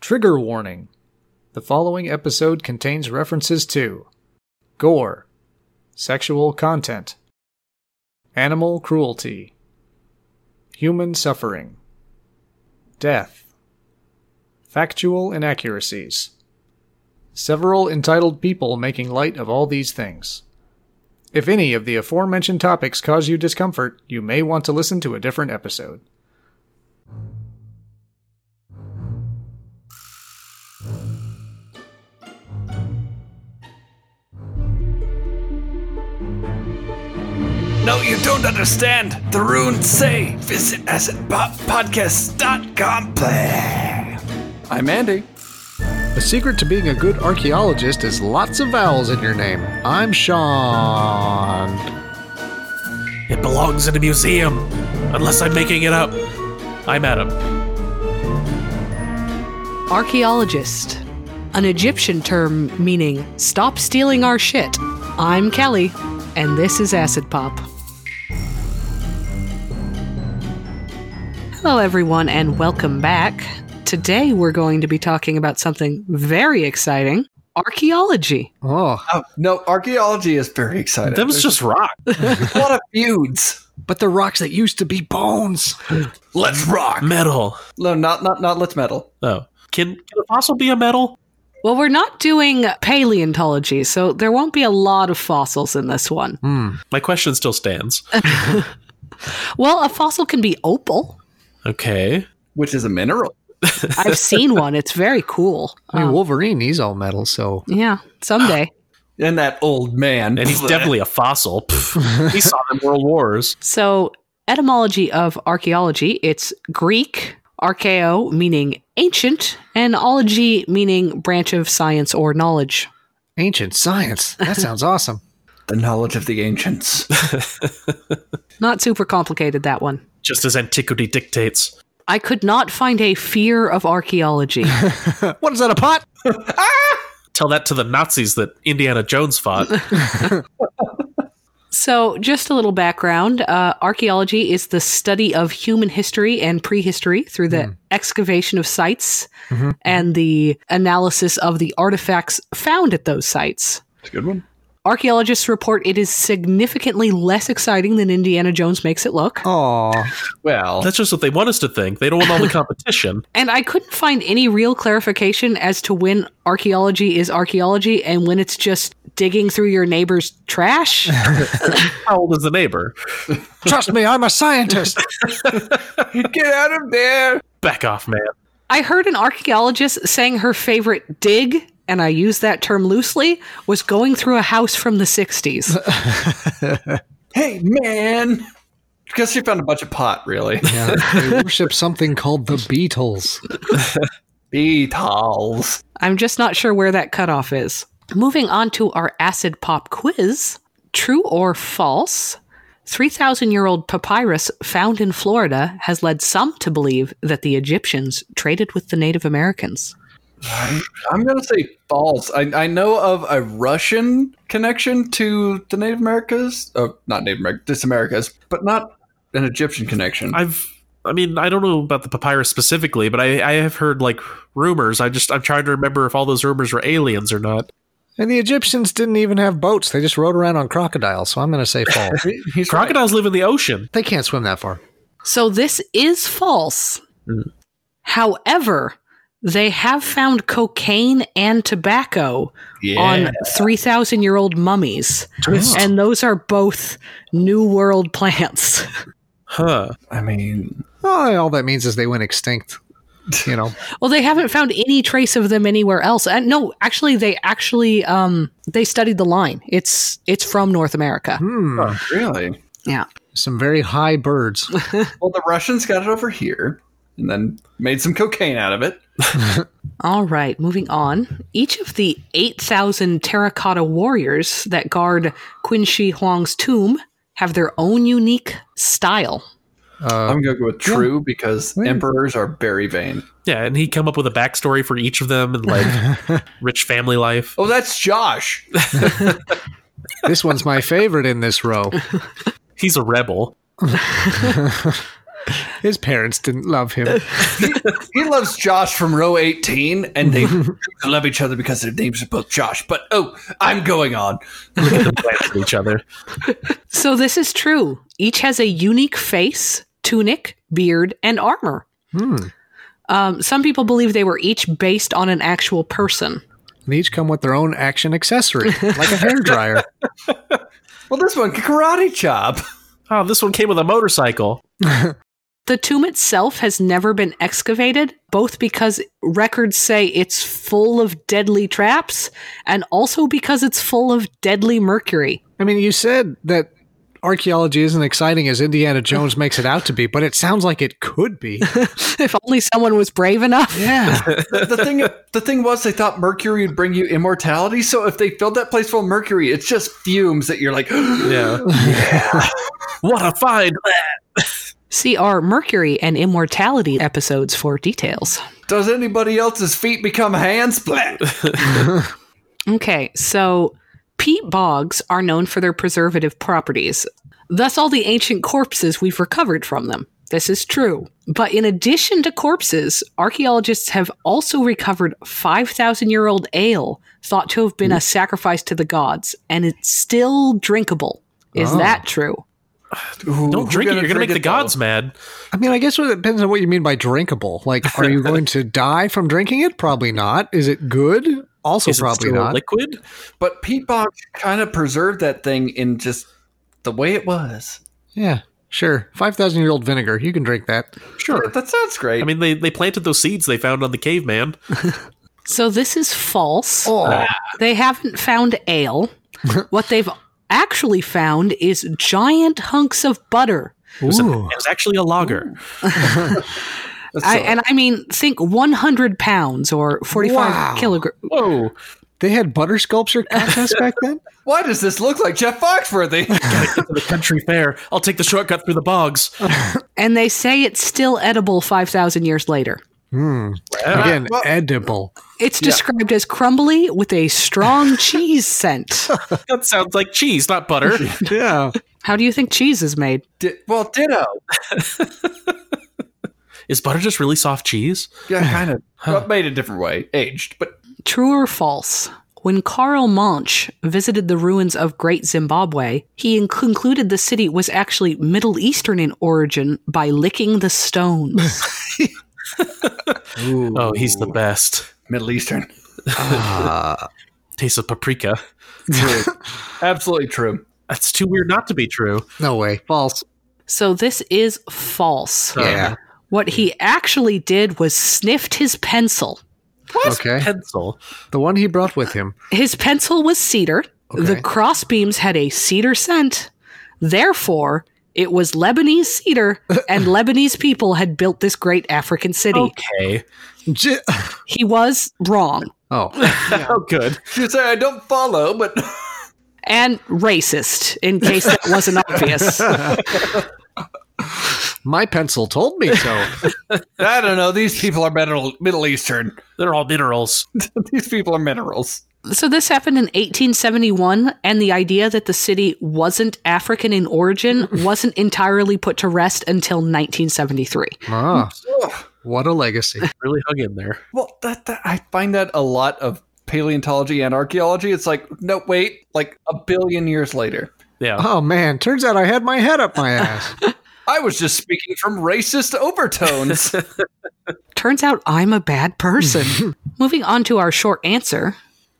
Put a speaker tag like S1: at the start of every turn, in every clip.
S1: Trigger warning. The following episode contains references to gore, sexual content, animal cruelty, human suffering, death, factual inaccuracies. Several entitled people making light of all these things. If any of the aforementioned topics cause you discomfort, you may want to listen to a different episode.
S2: No, you don't understand. The runes say visit acidpodcast.com. I'm Andy.
S1: The secret to being a good archaeologist is lots of vowels in your name. I'm Sean.
S2: It belongs in a museum, unless I'm making it up. I'm Adam.
S3: Archaeologist. An Egyptian term meaning stop stealing our shit. I'm Kelly, and this is Acid Pop. Hello, everyone, and welcome back. Today, we're going to be talking about something very exciting archaeology.
S1: Oh,
S4: Oh, no, archaeology is very exciting.
S2: That was
S4: There's
S2: just rock.
S4: a lot of feuds.
S1: but the rocks that used to be bones.
S2: Let's rock. Metal.
S4: No, not not not let's metal.
S2: Oh. Can, can a fossil be a metal?
S3: Well, we're not doing paleontology, so there won't be a lot of fossils in this one.
S1: Hmm.
S2: My question still stands.
S3: Well, a fossil can be opal.
S2: Okay.
S4: Which is a mineral.
S3: I've seen one, it's very cool.
S1: I mean,
S3: Um,
S1: Wolverine, he's all metal, so.
S3: yeah, someday.
S4: And that old man.
S2: And he's definitely a fossil. Pff. we saw them in World Wars.
S3: So, etymology of archaeology, it's Greek, archaeo meaning ancient, and ology meaning branch of science or knowledge.
S1: Ancient science. That sounds awesome.
S4: the knowledge of the ancients.
S3: Not super complicated, that one.
S2: Just as antiquity dictates.
S3: I could not find a fear of archaeology.
S1: What is that, a pot?
S2: Tell that to the Nazis that Indiana Jones fought.
S3: so, just a little background uh, archaeology is the study of human history and prehistory through the
S4: Hmm.
S3: excavation of sites
S4: Mm-hmm.
S1: Mhm.
S3: and the analysis of the artifacts found at those sites.
S4: It's a good one.
S3: Archaeologists report it is significantly less exciting than Indiana Jones makes it look.
S1: Aw.
S4: Well,
S2: That's just what they want us to think. They don't want all the competition.
S3: And I couldn't find any real clarification as to when archaeology is archaeology and when it's just digging through your neighbor's trash.
S2: How old is the neighbor?
S1: Trust me, I'm a scientist.
S4: get out of there.
S2: Back off, man.
S3: I heard an archaeologist saying her favorite dig, and I use that term loosely, was going through a house from the 60s.
S4: Hey, man. Because she found a bunch of pot, really.
S1: yeah, they worship something called the Beatles.
S4: Beetles.
S3: I'm just not sure where that cutoff is. Moving on to our acid pop quiz true or false? 3,000 year old papyrus found in Florida has led some to believe that the Egyptians traded with the Native Americans.
S4: I'm gonna say false. I, I know of a Russian connection to the Native Americas. Oh, not Native America, this Americas, but not an Egyptian connection.
S2: I've I mean, I don't know about the papyrus specifically, but I, I have heard like rumors. I just I'm trying to remember if all those rumors were aliens or not.
S1: And the Egyptians didn't even have boats. They just rode around on crocodiles, so I'm going to say false.
S4: He's right.
S2: Crocodiles live in the ocean.
S1: they can't swim that far.
S3: So this is false.
S2: Mm.
S3: However, they have found cocaine and tobacco
S4: Yeah.
S3: on 3,000 year old mummies,
S2: Twist.
S3: and those are both New World plants.
S2: Huh.
S4: I mean,
S1: Oh, all that means is they went extinct. You know,
S3: Well, they haven't found any trace of them anywhere else. And no, actually, they actually um, they studied the line. It's it's from North America.
S1: hmm,
S4: oh, really.
S3: Yeah,
S1: some very high birds.
S4: Well, the Russians got it over here and then made some cocaine out of it.
S3: All right, moving on. Each of the 8,000 terracotta warriors that guard Qin Shi Huang's tomb have their own unique style.
S1: Uh,
S4: I'm going to go with true because
S1: Yeah.
S4: emperors are very vain.
S2: Yeah, and he come up with a backstory for each of them and like rich family life.
S4: Oh, that's Josh.
S1: this one's my favorite in this row.
S2: He's a rebel.
S1: His parents didn't love him.
S4: He loves Josh from row 18, and they love each other because their names are both Josh. But oh, I'm going on.
S2: Glance at each other.
S3: So this is true. Each has a unique face, tunic, beard, and armor.
S1: Hmm.
S3: Um, some people believe they were each based on an actual person.
S1: And each come with their own action accessory, like a hairdryer.
S4: Well, this one can karate chop.
S2: Oh, this one came with a motorcycle.
S3: The tomb itself has never been excavated, both because records say it's full of deadly traps and also because it's full of deadly mercury.
S1: I mean, you said that archaeology isn't exciting as Indiana Jones makes it out to be, but it sounds like it could be.
S3: if only someone was brave enough.
S1: Yeah.
S4: The thing, the thing was, they thought mercury would bring you immortality. So if they filled that place full of mercury, it's just fumes that you're like,
S2: Yeah. what a find!
S3: See our Mercury and Immortality episodes for details.
S4: does anybody else's feet become hand splat?
S3: Okay, so peat bogs are known for their preservative properties, thus, all the ancient corpses we've recovered from them. This is true. But in addition to corpses, archaeologists have also recovered 5,000 year old ale thought to have been a sacrifice to the gods, and it's still drinkable. Is
S1: Oh.
S3: that true?
S2: Don't drink it. You're gonna make the gods mad.
S1: I mean, I guess it depends on what you mean by drinkable. Like, are you going to die from drinking it? Probably not. Is it good? Also,
S2: Is it
S1: probably
S2: still a
S1: not.
S2: liquid.
S4: But Pete Box kind of preserved that thing in just the way it was.
S1: yeah, sure. 5,000 year old vinegar. You can drink that.
S2: Sure.
S4: That sounds great.
S2: I mean, they they planted those seeds they found on the caveman.
S3: So this is false.
S2: uh,
S1: Oh,
S3: They haven't found ale. what they've actually found is giant hunks of butter.
S2: It was, a-
S1: Ooh.
S2: it was actually a lager.
S4: That's
S3: I,
S4: all-
S3: and I mean, think 100 pounds or 45
S1: Wow.
S3: kilograms.
S2: Whoa!
S1: they had butter sculpture contests back then?
S4: why does this look like Jeff Foxworthy?
S2: Gotta get to the country fair. I'll take the shortcut through the bogs.
S3: And they say it's still edible 5,000 years later.
S1: Hmm. Again, edible.
S3: It's described as crumbly with a strong cheese scent.
S2: That sounds like cheese, not butter.
S1: Yeah.
S3: How do you think cheese is made?
S4: Di- well, ditto.
S2: Is butter just really soft cheese?
S4: Yeah, kind of. Well, made a different way, aged, but
S3: True or false? When Karl Monch visited the ruins of Great Zimbabwe, he in- concluded the city was actually Middle Eastern in origin by licking the stones.
S2: Oh, he's the best.
S4: Middle Eastern.
S1: Uh,
S2: Taste of paprika.
S4: Absolutely true.
S2: That's too weird not to be true.
S1: No way. False.
S3: so this is false.
S1: Yeah.
S3: What he actually did was sniffed his pencil.
S1: Okay.
S2: Pencil.
S1: The one he brought with him.
S3: His pencil was cedar. The
S1: Okay.
S3: crossbeams had a cedar scent. Therefore, it was Lebanese cedar, and Lebanese people had built this great African city.
S2: Oh. Okay.
S1: J-
S3: He was wrong
S1: oh,
S2: Oh, good.
S4: You say I don't follow, but
S3: and racist, in case that wasn't obvious.
S1: my pencil told me so.
S4: I don't know. These people are middle Middle Eastern.
S2: They're all minerals.
S4: These people are minerals.
S3: So, this happened in 1871, and the idea that the city wasn't African in origin wasn't entirely put to rest until 1973.
S1: Ah,
S4: Ugh.
S1: what a legacy.
S2: Really hung in there.
S4: Well, that, that I find that a lot of paleontology and archaeology. It's like no, wait, like a billion years later.
S2: Yeah.
S1: Oh, man. Turns out I had my head up my ass.
S4: I was just speaking from racist overtones.
S3: Turns out I'm a bad person. Moving on to our short answer.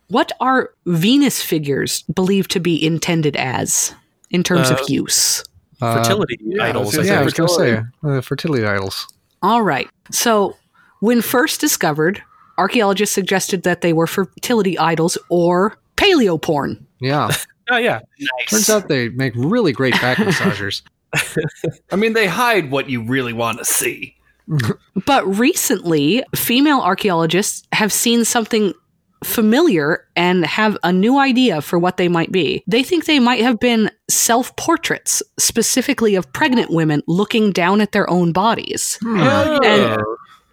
S3: What are Venus figures believed to be intended as in terms
S2: Uh,
S3: of use?
S1: Uh,
S2: Fertility idols. I
S4: it's-
S1: Yeah, I was
S2: think.
S1: going to say uh, fertility idols.
S3: All right. So, when first discovered, archaeologists suggested that they were fertility idols or paleo porn.
S1: Yeah.
S2: Oh, yeah.
S1: Turns out they make really great back massagers.
S4: I mean, they hide what you really want to see.
S3: But recently, female archaeologists have seen something familiar and have a new idea for what they might be. They think they might have been self portraits, specifically of pregnant women looking down at their own bodies.
S1: Oh, Hmm.
S4: Uh.
S3: And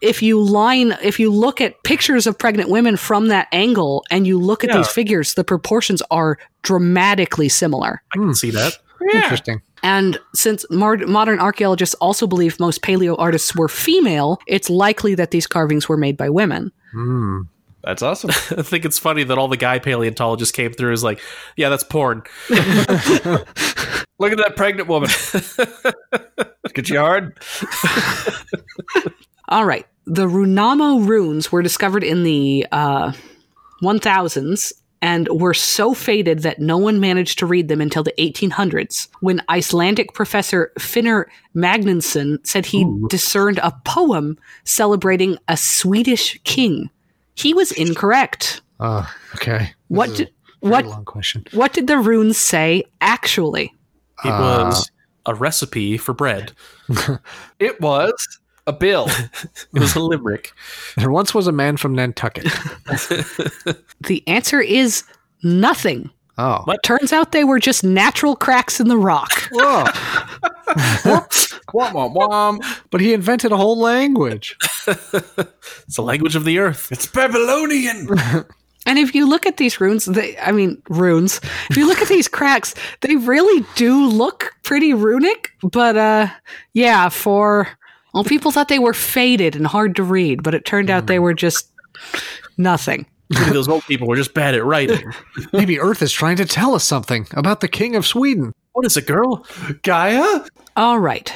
S3: if you line, if you look at pictures of pregnant women from that angle and you look at
S2: Yeah.
S3: these figures, the proportions are dramatically similar.
S1: Hmm.
S2: I can see that.
S1: Interesting.
S3: And since mar- modern archaeologists also believe most paleo artists were female, it's likely that these carvings were made by women.
S1: Hmm.
S4: That's awesome.
S2: I think it's funny that all the guy paleontologists came through is like, yeah, that's porn.
S4: Look at that pregnant woman. Get you hard?
S3: All right. The Runamo runes were discovered in the uh, 1000s and were so faded that no one managed to read them until the 1800s when Icelandic professor Finnur Magnusson said he discerned a poem celebrating a Swedish king. He was incorrect.
S1: Ah, okay. This
S3: What
S1: is a
S3: did,
S1: very
S3: what
S1: long question.
S3: what did the runes say actually?
S2: It
S1: Uh,
S2: was a recipe for bread.
S4: It was a bill.
S2: It was a limerick.
S1: There once was a man from Nantucket.
S3: The answer is nothing.
S1: Oh.
S2: What?
S3: Turns out they were just natural cracks in the rock.
S1: Whoa.
S4: womp, womp, womp.
S1: But he invented a whole language.
S2: It's the language of the earth.
S4: It's Babylonian.
S3: And if you look at these runes, they, I mean, runes, if you look at these cracks, they really do look pretty runic. But uh, yeah, for, well, people thought they were faded and hard to read, but it turned out they were just nothing.
S2: Maybe those old people were just bad at writing.
S1: Maybe Earth is trying to tell us something about the king of Sweden.
S2: What is it, girl?
S4: Gaia?
S3: All right.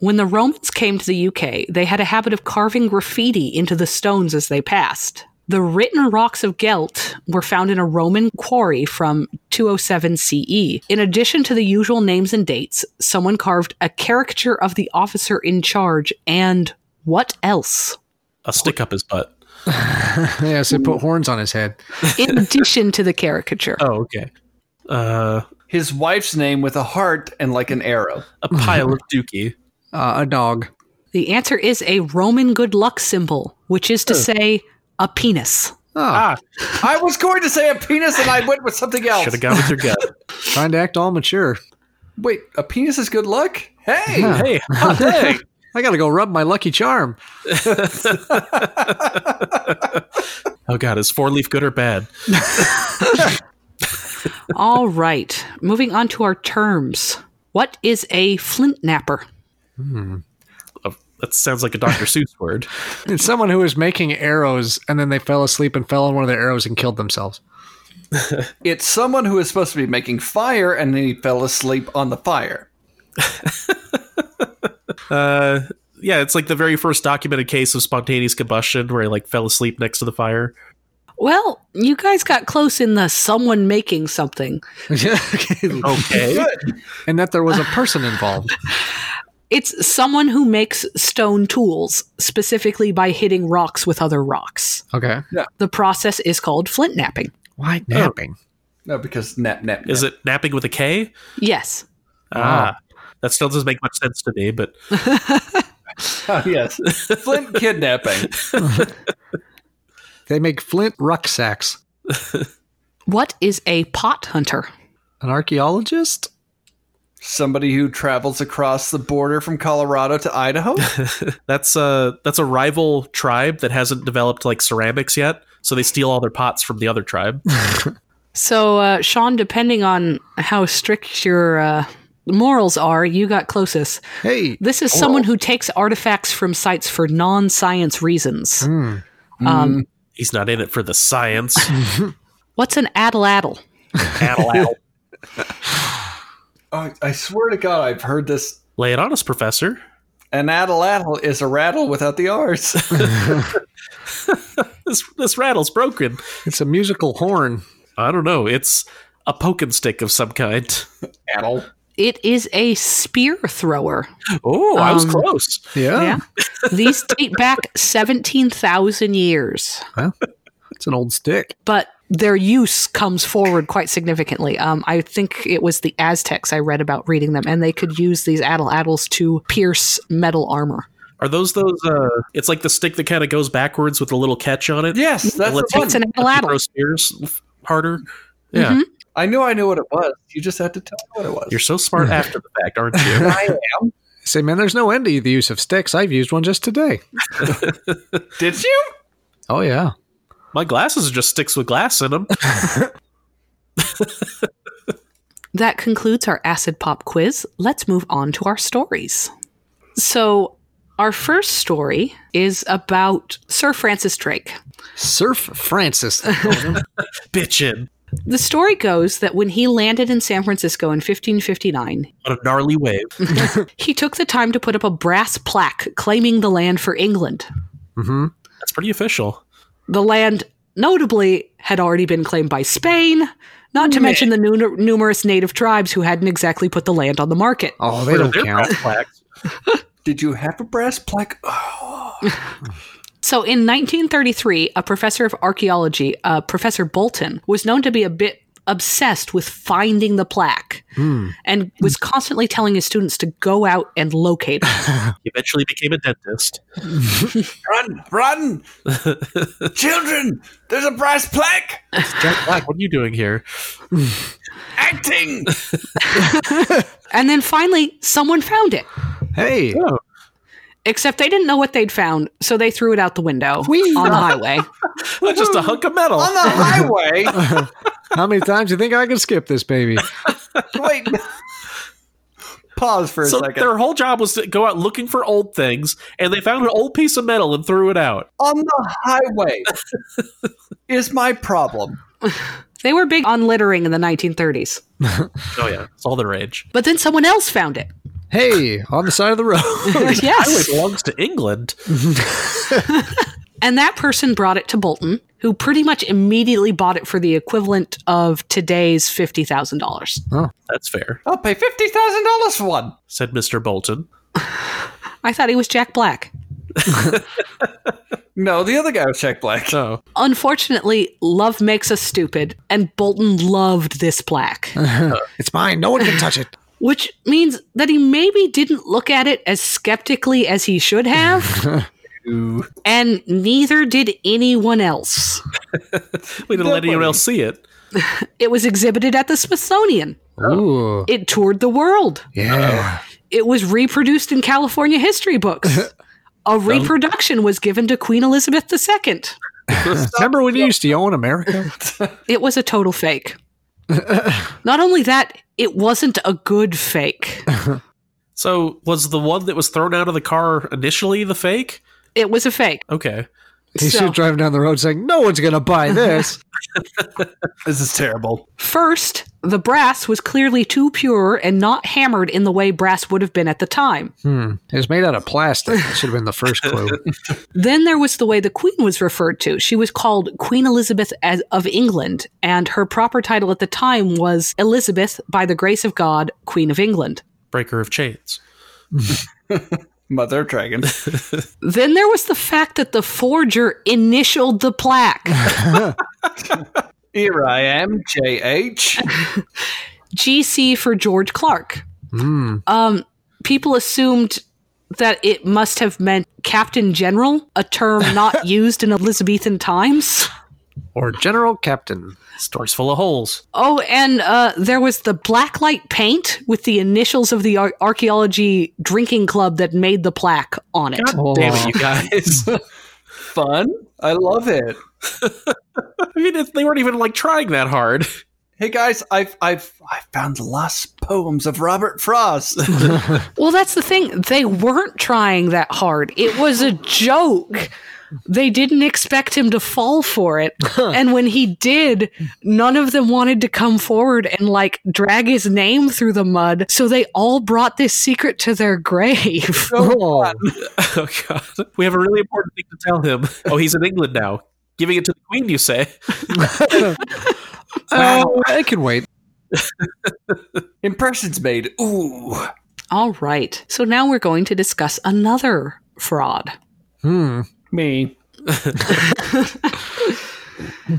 S3: When the Romans came to the UK, they had a habit of carving graffiti into the stones as they passed. The written rocks of Gelt were found in a Roman quarry from 207 CE. E. In addition to the usual names and dates, someone carved a caricature of the officer in charge and what else?
S2: A stick up his butt.
S1: yes, it put horns on his head.
S3: In addition to the caricature.
S2: Oh, okay. Uh,
S4: His wife's name with a heart and like an arrow.
S2: a pile of dookie.
S1: Uh, a dog.
S3: The answer is a Roman good luck symbol, which is to say, a penis.
S1: Oh,
S2: Ah.
S4: I was going to say a penis and I went with something else.
S2: Should have gone with your gut.
S1: trying to act all mature.
S4: Wait, a penis is good luck? Hey!
S1: Yeah.
S2: hey,
S1: I gotta go rub my lucky charm.
S2: oh god, is four leaf good or bad?
S3: All right. Moving on to our terms. What is a flint napper?
S2: Oh, that sounds like a Dr. Seuss word.
S1: It's someone who was making arrows and then they fell asleep and fell on one of their arrows and killed themselves.
S4: It's someone who is supposed to be making fire and then he fell asleep on the fire.
S2: Uh, yeah, it's like the very first documented case of spontaneous combustion where he like fell asleep next to the fire.
S3: Well, you guys got close in the someone making something.
S2: Oh. Okay.
S1: and that there was a person involved.
S3: It's someone who makes stone tools, specifically by hitting rocks with other rocks.
S1: Okay.
S3: The process is called flint napping.
S1: Why napping?
S4: No, because nap, nap, nap.
S2: Is it napping with a K?
S3: Yes.
S2: Ah. That still doesn't make much sense to me, but
S4: Oh, yes. Flint kidnapping.
S1: They make flint rucksacks.
S3: What is a pot hunter?
S1: An archaeologist?
S4: Somebody who travels across the border from Colorado to Idaho?
S2: that's a that's a rival tribe that hasn't developed like ceramics yet, so they steal all their pots from the other tribe.
S3: So, uh, Sean, depending on how strict your uh, morals are, you got closest.
S1: Hey.
S3: This is someone who takes artifacts from sites for non science reasons.
S1: Hmm.
S3: Um,
S2: He's not in it for the science.
S3: What's an addle addle?
S2: Addle, addle.
S4: Oh, I swear to God, I've heard this.
S2: Lay it on us, Professor.
S4: An addle addle is a rattle without the R's.
S2: This this rattle's broken.
S1: It's a musical horn.
S2: I don't know. It's a poking stick of some kind.
S4: addle.
S3: It is a spear thrower.
S2: Oh, I was
S3: Um,
S2: close.
S4: Oh.
S1: Yeah.
S3: These date back 17,000 years,
S1: It's an old stick.
S3: but their use comes forward quite significantly. Um, I think it was the Aztecs I read about reading them, and they could use these addle addles to pierce metal armor.
S2: Are those those? Uh, it's like the stick that kind of goes backwards with a little catch on it.
S4: Yes, that's the
S2: Let's
S4: one.
S3: It's an addle
S2: Throw
S3: addle.
S2: spears harder. Yeah,
S3: Mhm.
S4: I knew I knew what it was. You just had to tell me what it was.
S2: you're so smart after the fact, aren't you?
S4: I am.
S1: Say, man, there's no end to the use of sticks. I've used one just today.
S4: Did you?
S1: Oh, yeah.
S2: My glasses are just sticks with glass in them.
S3: That concludes our acid pop quiz. Let's move on to our stories. So, our first story is about Sir Francis Drake.
S5: Surf Francis. they called him.
S2: Bitchin'.
S3: The story goes that when he landed in San Francisco in 1559,
S2: What a gnarly wave.
S3: he took the time to put up a brass plaque claiming the land for England.
S5: Mhm.
S2: That's pretty official.
S3: The land, notably, had already been claimed by Spain, not to mention the nu- numerous native tribes who hadn't exactly put the land on the market.
S5: Oh, they
S2: Where
S5: don't
S2: they're
S5: count.
S2: brass plaques.
S4: Did you have a brass plaque? Oh,
S3: So in 1933, a professor of archaeology, uh, Professor Bolton, was known to be a bit obsessed with finding the plaque
S5: Hmm.
S3: and was constantly telling his students to go out and locate it.
S2: He eventually became a dentist.
S4: run, run! Children, there's a brass plaque!
S2: Jack Black, what are you doing here?
S4: Acting!
S3: And then finally, someone found it.
S5: Hey,
S3: Except they didn't know what they'd found, so they threw it out the window
S5: Whee!
S3: on the highway.
S2: That's just a hunk of metal.
S4: On the highway?
S5: how many times do you think I can skip this baby?
S4: Wait. Pause for a
S2: so
S4: second.
S2: their whole job was to go out looking for old things, and they found an old piece of metal and threw it out.
S4: on the highway is my problem.
S3: They were big on littering in the 1930s.
S2: Oh yeah, it's all the rage.
S3: But then someone else found it.
S5: Hey, on the side of the road.
S2: Highway
S3: yes.
S2: belongs to England.
S3: And that person brought it to Bolton, who pretty much immediately bought it for the equivalent of today's $50,000.
S2: That's fair,"
S4: I'll pay fifty thousand dollars for one.
S2: said Mister Bolton.
S3: I thought he was Jack Black.
S4: No, the other guy was Jack Black.
S2: Oh,
S3: Unfortunately, love makes us stupid, and Bolton loved this plaque,
S5: it's mine. No one can touch it.
S3: which means that he maybe didn't look at it as skeptically as he should have, and neither did anyone else.
S2: we didn't let anyone else see it.
S3: It was exhibited at the Smithsonian.
S5: Ooh,
S3: It toured the world.
S5: yeah.
S3: It was reproduced in California history books. A reproduction was given to Queen Elizabeth II.
S5: Remember when you used to own America?
S3: It was a total fake. Not only that, it wasn't a good fake.
S2: So was the one that was thrown out of the car initially the fake?
S3: It was a fake.
S2: Okay,
S5: He's
S3: So-
S5: still driving down the road saying, "No one's gonna buy this."
S4: This is terrible.
S3: First, the brass was clearly too pure and not hammered in the way brass would have been at the time.
S5: Hmm. It was made out of plastic. That should have been the first clue.
S3: Then there was the way the Queen was referred to. She was called Queen Elizabeth as, of England, and her proper title at the time was Elizabeth, by the grace of God, Queen of England.
S2: breaker of chains.
S4: Mother of Dragon.
S3: Then there was the fact that the forger initialed the plaque
S4: Here I am, JH.
S3: GC for George Clark.
S5: Hmm.
S3: Um, people assumed that it must have meant Captain General, a term not used in Elizabethan times.
S5: Or General Captain.
S2: Store's full of holes.
S3: Oh, and uh, there was the blacklight paint with the initials of the ar- archaeology drinking club that made the plaque on it.
S5: Oh.
S2: Damn it, you guys!
S4: Fun. I love it.
S2: I mean, if they weren't even like trying that hard.
S4: Hey guys, I've I've I found the lost poems of Robert Frost.
S3: Well, that's the thing. They weren't trying that hard. It was a joke. They didn't expect him to fall for it. and when he did, none of them wanted to come forward and like drag his name through the mud. So they all brought this secret to their grave.
S5: Oh.
S2: Oh God, we have a really important thing to tell him. Oh, he's in England now. Giving it to the Queen, you say?
S5: oh, I can wait.
S4: Impressions made. Ooh.
S3: all right. So now we're going to discuss another fraud.
S5: Hmm.
S4: Me.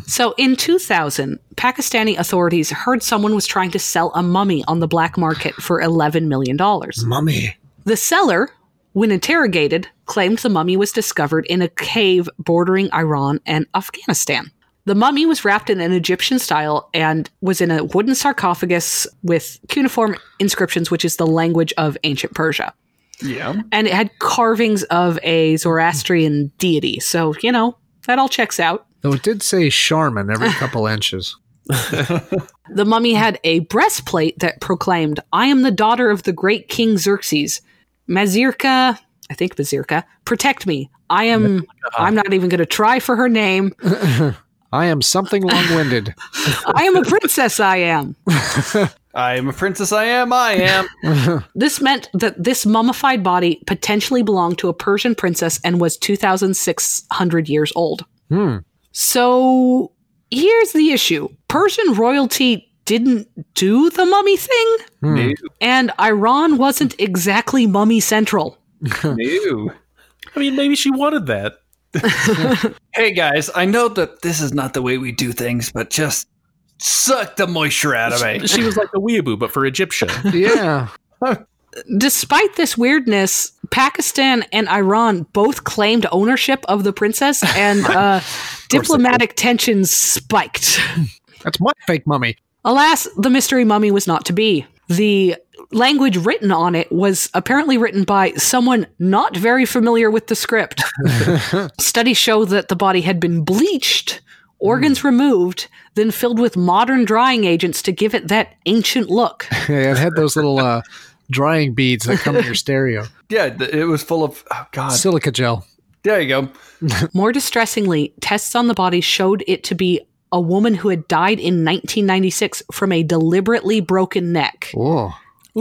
S3: So in 2000, Pakistani authorities heard someone was trying to sell a mummy on the black market for $11 million.
S5: Mummy.
S3: The seller, when interrogated, claimed the mummy was discovered in a cave bordering Iran and Afghanistan. The mummy was wrapped in an Egyptian style and was in a wooden sarcophagus with cuneiform inscriptions, which is the language of ancient Persia.
S4: Yeah.
S3: And it had carvings of a Zoroastrian deity. So, you know, that all checks out.
S5: Though it did say Charmin every couple inches.
S3: The mummy had a breastplate that proclaimed, I am the daughter of the great King Xerxes. Mazirka, I think Mazirka, protect me. I am, I'm not even going to try for her name.
S5: I am something long winded.
S3: I am a princess, I am.
S4: I am a princess. I am. I am.
S3: This meant that this mummified body potentially belonged to a Persian princess and was 2,600 years old.
S5: Hmm.
S3: So here's the issue Persian royalty didn't do the mummy thing,
S4: New.
S3: and Iran wasn't exactly mummy central.
S4: New.
S2: I mean, maybe she wanted that.
S4: Hey guys, I know that this is not the way we do things, but just suck the moisture out of me.
S2: She was like a weeaboo, but for Egyptian.
S5: Yeah.
S3: Despite this weirdness, Pakistan and Iran both claimed ownership of the princess, and uh, diplomatic tensions spiked.
S5: That's my fake mummy.
S3: Alas, the mystery mummy was not to be. The language written on it was apparently written by someone not very familiar with the script. Studies show that the body had been bleached, organs removed, then filled with modern drying agents to give it that ancient look.
S5: Yeah, it had those little uh, drying beads that come in your stereo.
S4: Yeah, th- it was full of. Oh God.
S5: Silica gel.
S4: there you go.
S3: More distressingly, tests on the body showed it to be a woman who had died in 1996 from a deliberately broken neck.
S5: Whoa.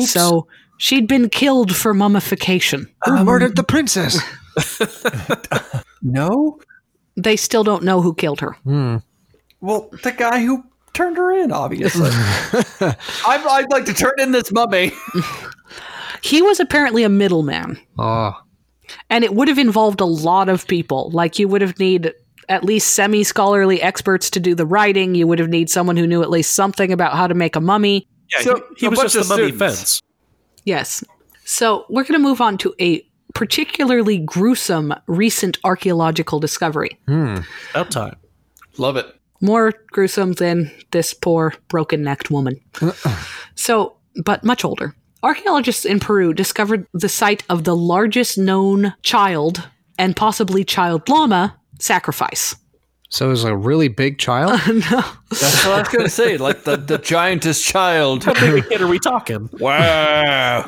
S3: So she'd been killed for mummification.
S5: Who murdered the princess?
S4: No.
S3: They still don't know who killed her.
S4: Well, the guy who turned her in, obviously. I'd, I'd like to turn in this mummy.
S3: He was apparently a middleman,
S5: Oh.
S3: and it would have involved a lot of people. Like you would have need at least semi-scholarly experts to do the writing. You would have need someone who knew at least something about how to make a mummy.
S2: Yeah,
S4: So,
S2: he, he
S4: a
S2: was
S4: bunch
S2: just the
S4: of
S2: mummy
S4: students.
S2: fence.
S3: Yes. So we're going to move on to a particularly gruesome recent archaeological discovery.
S2: About time.
S4: Love it.
S3: More gruesome than this poor broken necked woman. so, but much older. Archaeologists in Peru discovered the site of the largest known child and possibly child llama sacrifice.
S5: So it was a really big child?
S4: That's what I was gonna say. Like the the giantess child.
S2: Baby kid, are we talking?
S4: Wow.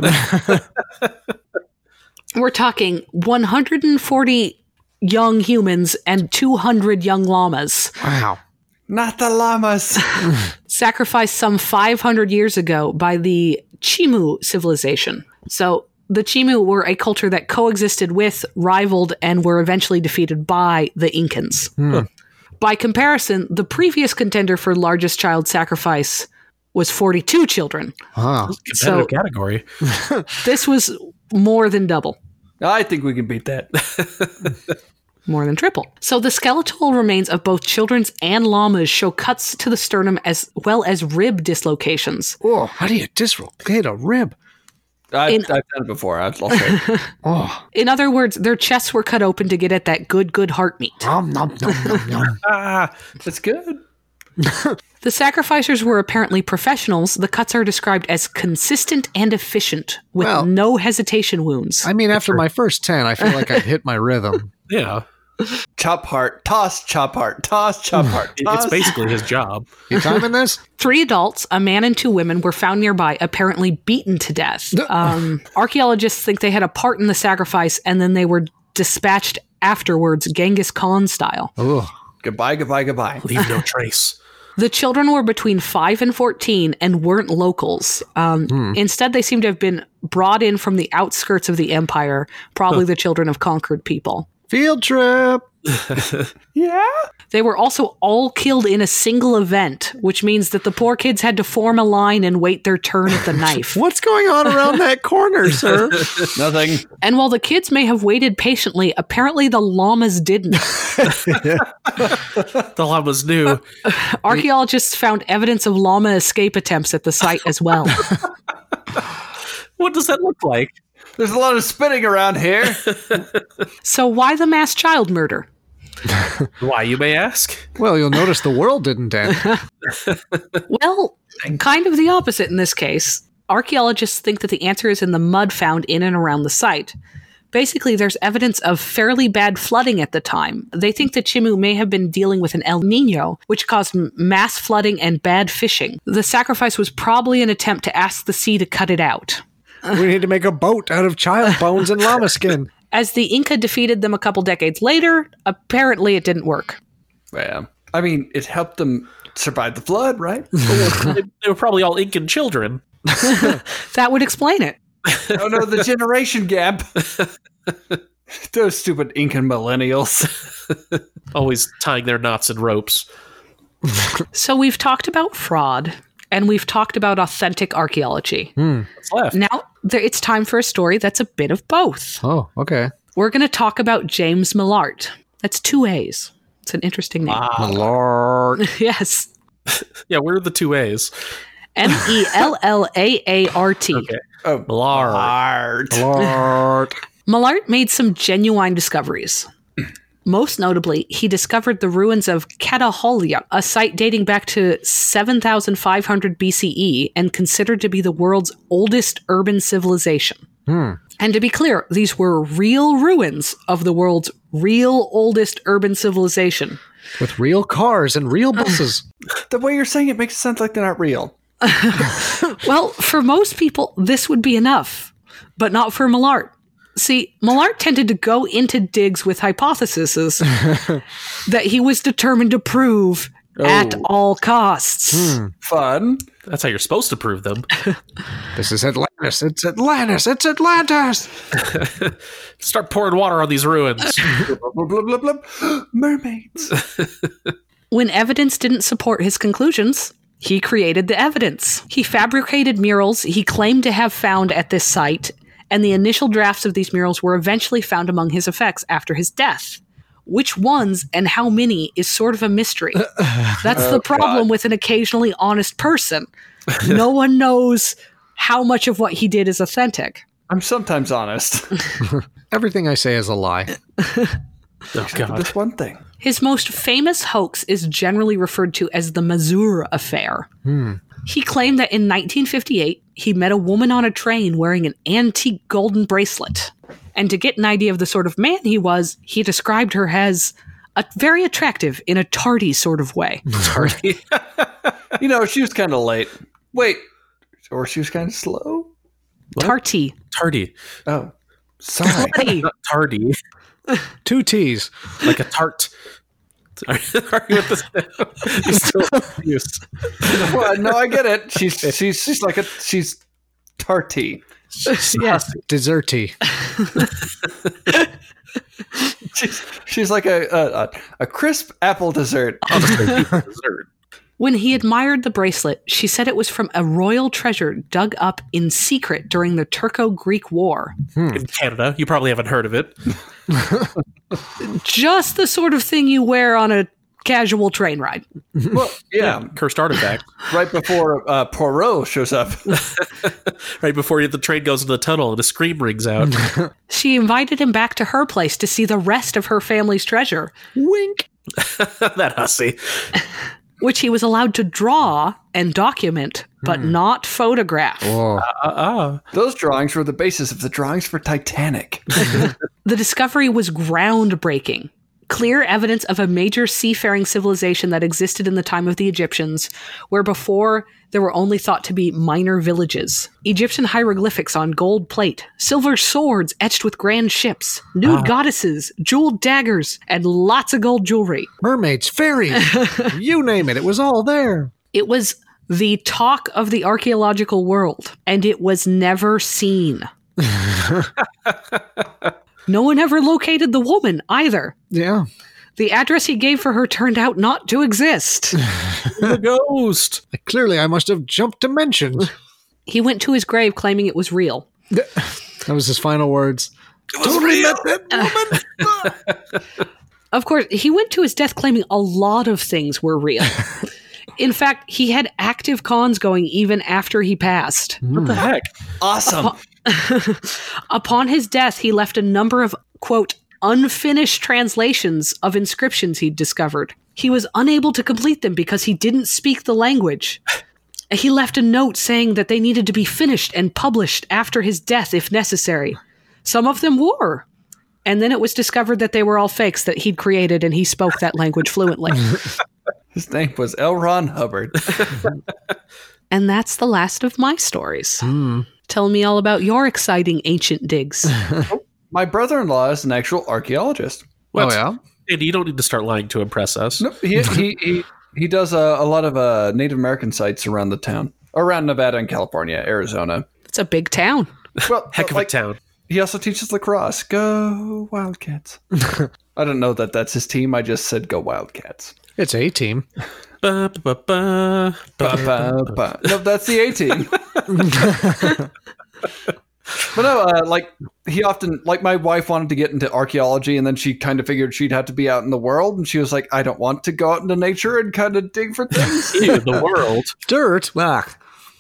S3: We're talking 140 young humans and 200 young llamas.
S5: Wow.
S4: Not the llamas.
S3: sacrificed some 500 years ago by the Chimu civilization. So the Chimu were a culture that coexisted with, rivaled, and were eventually defeated by the Incans. By comparison, the previous contender for largest child sacrifice was 42 children.
S5: Wow.
S2: Competitive category.
S3: This was more than double.
S4: I think we can beat that.
S3: more than triple. So the skeletal remains of both children's and llamas show cuts to the sternum as well as rib dislocations.
S5: Oh, how do you dislocate a rib?
S4: I've,
S3: In-
S4: I've done it before. I've lost it.
S5: Oh,
S3: In other words, their chests were cut open to get at that good, good heart meat.
S5: nom nom nom nom nom.
S2: Ah,
S4: It's good.
S3: The sacrificers were apparently professionals. The cuts are described as consistent and efficient, with
S5: Well-
S3: no hesitation wounds.
S5: I mean, after my first 10, I feel like I've hit my rhythm.
S2: yeah.
S4: Chop heart. Toss. Chop heart. Toss. Chop heart.
S2: It-
S4: Toss.
S2: It's basically his job.
S5: You timing this?
S3: Three adults, a man and two women, were found nearby, apparently beaten to death. Um, archaeologists think they had a part in the sacrifice, and then they were dispatched afterwards, Genghis Khan style.
S5: Oh,
S4: goodbye. Goodbye. Goodbye.
S2: Leave no trace.
S3: The children were between 5 and 14 and weren't locals. Um, Instead, they seem to have been brought in from the outskirts of the empire, probably the children of conquered people.
S5: field trip.
S3: They were also all killed in a single event, which means that the poor kids had to form a line and wait their turn at the knife.
S5: What's going on around that corner, sir?
S4: Nothing.
S3: And while the kids may have waited patiently, apparently the llamas didn't.
S2: The llamas knew.
S3: Archaeologists found evidence of llama escape attempts at the site as well.
S2: What does that look like?
S4: There's a lot of spinning around here.
S3: So, why the mass child murder?
S2: Why, you may ask?
S5: Well, you'll notice the world didn't end.
S3: Well, kind of the opposite in this case. Archaeologists think that the answer is in the mud found in and around the site. Basically, there's evidence of fairly bad flooding at the time. They think that Chimu may have been dealing with an El Nino, which caused m- mass flooding and bad fishing. The sacrifice was probably an attempt to ask the sea to cut it out.
S5: we need to make a boat out of child bones and llama skin.
S3: As the Inca defeated them a couple decades later, apparently it didn't work.
S4: Yeah. I mean, it helped them survive the flood, right? Oh,
S2: they, they were probably all Incan children.
S3: That would explain it.
S4: oh no, the generation gap. Those stupid Incan millennials.
S2: Always tying their knots in ropes.
S3: So we've talked about fraud and we've talked about authentic archaeology.
S2: What's left?
S3: Now there, it's time for a story that's a bit of both.
S5: Oh, okay.
S3: We're going to talk about James Millart. That's two A's. It's an interesting name.
S5: Lord.
S3: Yes.
S2: Yeah, where are the two A's?
S3: M E L L A A R T.
S4: Oh,
S2: Malar.
S4: art.
S5: Lord.
S3: Millard made some genuine discoveries. Most notably, he discovered the ruins of Cataholia, a site dating back to 7,500 BCE E and considered to be the world's oldest urban civilization. And to be clear, these were real ruins of the world's real oldest urban civilization.
S5: With real cars and real buses.
S4: The way you're saying it makes it sound like they're not real.
S3: Well, for most people, this would be enough, but not for Millard. See, Millard tended to go into digs with hypotheses that he was determined to prove at all costs.
S4: Fun.
S2: That's how you're supposed to prove them.
S5: This is Atlantis. It's Atlantis. It's Atlantis.
S2: Start pouring water on these ruins.
S4: Blub, blub, blub, blub, blub. Mermaids.
S3: When evidence didn't support his conclusions, he created the evidence. He fabricated murals he claimed to have found at this site, and the initial drafts of these murals were eventually found among his effects after his death. Which ones and how many is sort of a mystery. That's the problem with an occasionally honest person. No one knows how much of what he did is authentic.
S4: I'm sometimes honest.
S5: Everything I say is a lie.
S2: oh,
S4: But
S2: God.
S4: this one thing.
S3: His most famous hoax is generally referred to as the Mazur affair. He claimed that in 1958, he met a woman on a train wearing an antique golden bracelet. And to get an idea of the sort of man he was, he described her as a, very attractive in a tardy sort of way.
S4: You know, she was kind of late. Wait. Or she was kind of slow?
S3: Tarty.
S2: Tardy.
S4: Oh. Sorry.
S3: Tardy.
S2: Not tardy.
S5: Two T's.
S2: Like a tart. Are you with this now? You're still confused.
S4: Well, no, I get it. She's she's she's like a she's tarty.
S3: yes.
S5: Desserty.
S4: She's she's like a a, a, a crisp apple dessert.
S2: Dessert.
S3: When he admired the bracelet, she said it was from a royal treasure dug up in secret during the Turco Greek War.
S2: In Canada, you probably haven't heard of it.
S3: Just the sort of thing you wear on a casual train ride.
S4: Well, yeah,
S2: Cursed artifact.
S4: right before uh, Poirot shows up.
S2: Right before the train goes into the tunnel and a scream rings out.
S3: She invited him back to her place to see the rest of her family's treasure,
S5: Wink.
S2: that hussy.
S3: which he was allowed to draw and document, but not photograph.
S5: Oh,
S2: Uh-uh.
S4: Those drawings were the basis of the drawings for Titanic.
S3: The discovery was groundbreaking. Clear evidence of a major seafaring civilization that existed in the time of the Egyptians, where before there were only thought to be minor villages. Egyptian hieroglyphics on gold plate, silver swords etched with grand ships, nude goddesses, jeweled daggers, and lots of gold jewelry.
S5: mermaids, fairies. you name it. It was all there.
S3: It was the talk of the archaeological world, and it was never seen. no one ever located the woman either.
S5: Yeah.
S3: The address he gave for her turned out not to exist.
S2: The ghost.
S5: Clearly, I must have jumped dimensions.
S3: he went to his grave claiming it was real.
S5: That was his final words.
S3: Of course, he went to his death claiming a lot of things were real. In fact, he had active cons going even after he passed.
S2: Hmm. What the heck?
S4: Awesome.
S3: Upon his death, he left a number of, quote, unfinished translations of inscriptions he'd discovered. He was unable to complete them because he didn't speak the language. He left a note saying that they needed to be finished and published after his death if necessary. Some of them were. And then it was discovered that they were all fakes that he'd created and he spoke that language fluently.
S4: His name was L. Ron Hubbard.
S3: And that's the last of my stories.
S5: Hmm.
S3: Tell me all about your exciting ancient digs.
S4: My brother in law is an actual archaeologist.
S2: What?
S5: Oh yeah.
S2: Andy, you don't need to start lying to impress us.
S4: Nope, he, he, he, he does uh, a lot of uh, Native American sites around the town, around Nevada and California, Arizona.
S3: It's a big town.
S4: Well,
S2: Heck of
S4: like,
S2: a town.
S4: He also teaches lacrosse. Go Wildcats. I don't know that that's his team. I just said go Wildcats.
S5: It's a team.
S2: Ba, ba, ba, ba, ba.
S4: Ba, ba. No, that's the A team. but no, uh, like he often, like my wife wanted to get into archaeology, and then she kind of figured she'd have to be out in the world, and she was like, I don't want to go out into nature and kind of dig for things.
S2: Ew, the world.
S5: Dirt. Ah.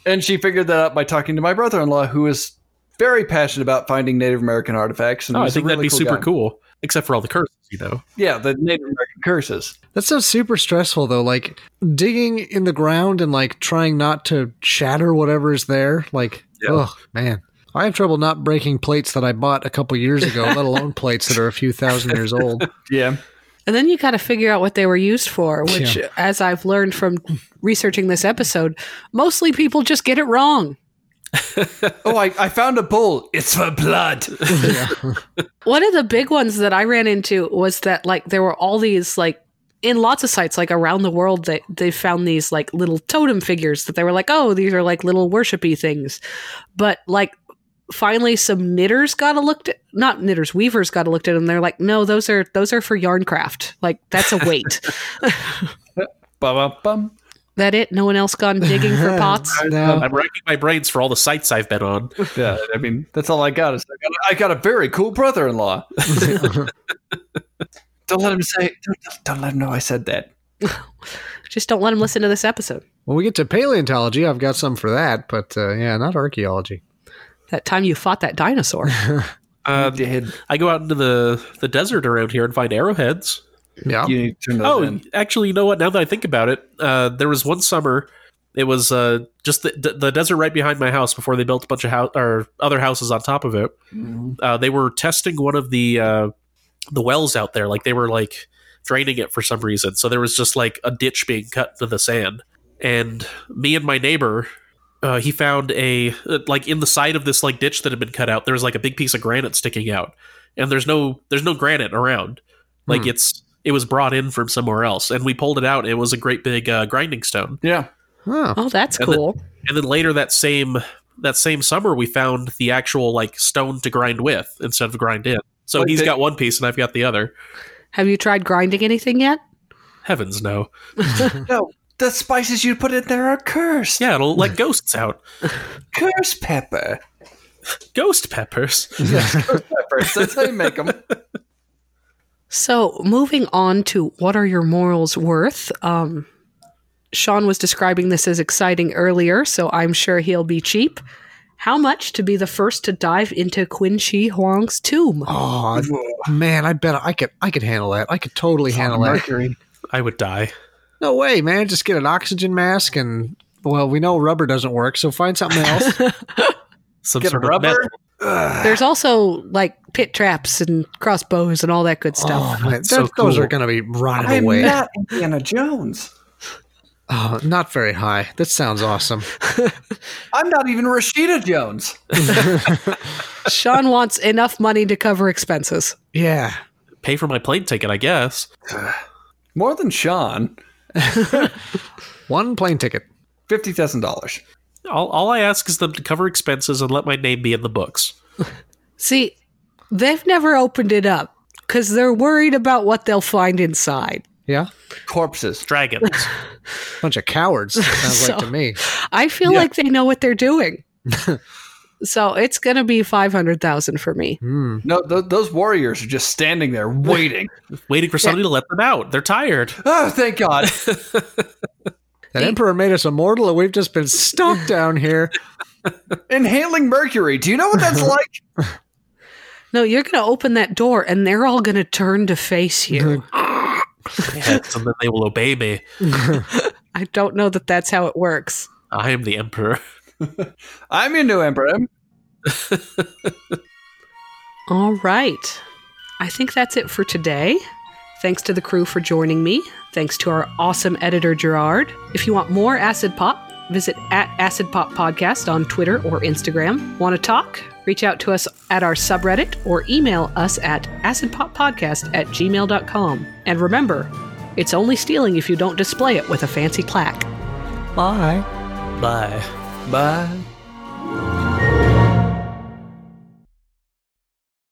S4: and she figured that out by talking to my brother-in-law, who is very passionate about finding Native American artifacts. And
S2: No, Oh, I
S4: he's a
S2: think that'd
S4: really
S2: be super
S4: guy.
S2: cool, except for all the curses, you know.
S4: Yeah, the Native American curses.
S5: That sounds super stressful though. Like digging in the ground and like trying not to shatter whatever's there. Like,
S2: Yeah.
S5: oh man, I have trouble not breaking plates that I bought a couple years ago, let alone plates that are a few thousand years old.
S4: Yeah.
S3: And then you got to figure out what they were used for, which, as I've learned from researching this episode, mostly people just get it wrong.
S4: Oh, I, I found a bull. It's for blood.
S3: One of the big ones that I ran into was that, like, there were all these, like, in lots of sites, like around the world, they, they found these, like, little totem figures that they were like, oh, these are, like, little worshipy things. But, like, finally some knitters got a looked at not knitters weavers got a looked at them they're like no those are those are for yarn craft like that's a weight
S4: Bum, bum, bum.
S3: that it no one else gone digging for pots
S5: No.
S4: Um,
S2: I'm racking my brains for all the sites I've been on.
S4: Yeah, I mean, that's all I got. Is I got, I got a very cool brother-in-law. don't let him say. Don't, don't let him know I said that.
S3: just don't let them listen to this episode
S5: when we get to paleontology, I've got some for that, but uh, yeah, not archaeology.
S3: that time you fought that dinosaur
S2: Uh,
S4: You did.
S2: I go out into the, the desert around here and find arrowheads.
S5: Yeah.
S4: You need to turn those
S2: Oh,
S4: in.
S2: actually, you know what? Now that I think about it, uh, there was one summer. It was uh, just the, the the desert right behind my house before they built a bunch of house or other houses on top of it. Uh, they were testing one of the uh, the wells out there, like they were like draining it for some reason. So there was just like a ditch being cut to the sand, and me and my neighbor. Uh, he found a uh, like in the side of this like ditch that had been cut out. There was like a big piece of granite sticking out, and there's no there's no granite around. Like
S5: Hmm.
S2: it's it was brought in from somewhere else, and we pulled it out. It was a great big uh, grinding stone.
S4: Yeah.
S5: Oh.
S3: oh that's
S2: And then-
S3: cool
S2: And then later that same that same summer, we found the actual like stone to grind with instead of grind in. So
S4: Like
S2: he's
S4: they-
S2: got one piece, and I've got the other.
S3: have you tried grinding anything yet
S2: Heavens no!
S4: No, the spices you put in there are cursed.
S2: Yeah, it'll let ghosts out.
S4: Curse pepper.
S2: Ghost peppers.
S4: Peppers. That's how you make them.
S3: so moving on to what are your morals worth um sean was describing this as exciting earlier so i'm sure he'll be cheap how much to be the first to dive into Qin Shi Huang's tomb?
S5: Oh man, I bet I could I could handle that. I could totally handle that.
S4: Mercury.
S2: I would die.
S5: No way, man. Just get an oxygen mask and well, we know rubber doesn't work, so find something else.
S2: Some
S4: Get a
S2: sort of
S4: rubber.
S2: metal.
S3: There's also like pit traps and crossbows and all that good
S5: Oh,
S3: stuff.
S5: man, that,
S2: so
S5: those
S2: cool.
S5: are going to be rotted
S4: I'm
S5: away.
S4: not Indiana Jones.
S5: Oh, not very high. That sounds awesome.
S4: I'm not even Rashida Jones.
S3: Sean wants enough money to cover expenses.
S5: Yeah.
S2: Pay for my plane ticket, I guess.
S4: More than Sean.
S5: One plane ticket.
S4: Fifty thousand dollars.
S2: All, all I ask is them to cover expenses and let my name be in the books.
S3: See, they've never opened it up because they're worried about what they'll find inside.
S5: Yeah.
S4: Corpses.
S2: Dragons.
S5: Bunch of cowards, it sounds like
S3: So-
S5: to me.
S3: I feel like they know what they're doing. so it's going to be 500,000 for me.
S5: Hmm.
S4: No, th- those warriors are just standing there waiting.
S2: Waiting for somebody to let them out. They're tired.
S4: oh, thank God.
S5: That emperor made us immortal, and we've just been stuck down here.
S4: Inhaling mercury. Do you know what that's like?
S3: No, you're going to open that door and they're all going to turn to face you.
S2: Yes, and then they will obey me.
S3: I don't know that that's how it works.
S2: I am the emperor.
S4: I'm your new emperor.
S3: All right. I think that's it for today. Thanks to the crew for joining me. Thanks to our awesome editor, Gerard. If you want more Acid Pop, visit at Acid Pop Podcast on Twitter or Instagram. Want to talk? Reach out to us at our subreddit or email us at acidpoppodcast at gmail.com. And remember, it's only stealing if you don't display it with a fancy plaque.
S5: Bye.
S2: Bye.
S4: Bye.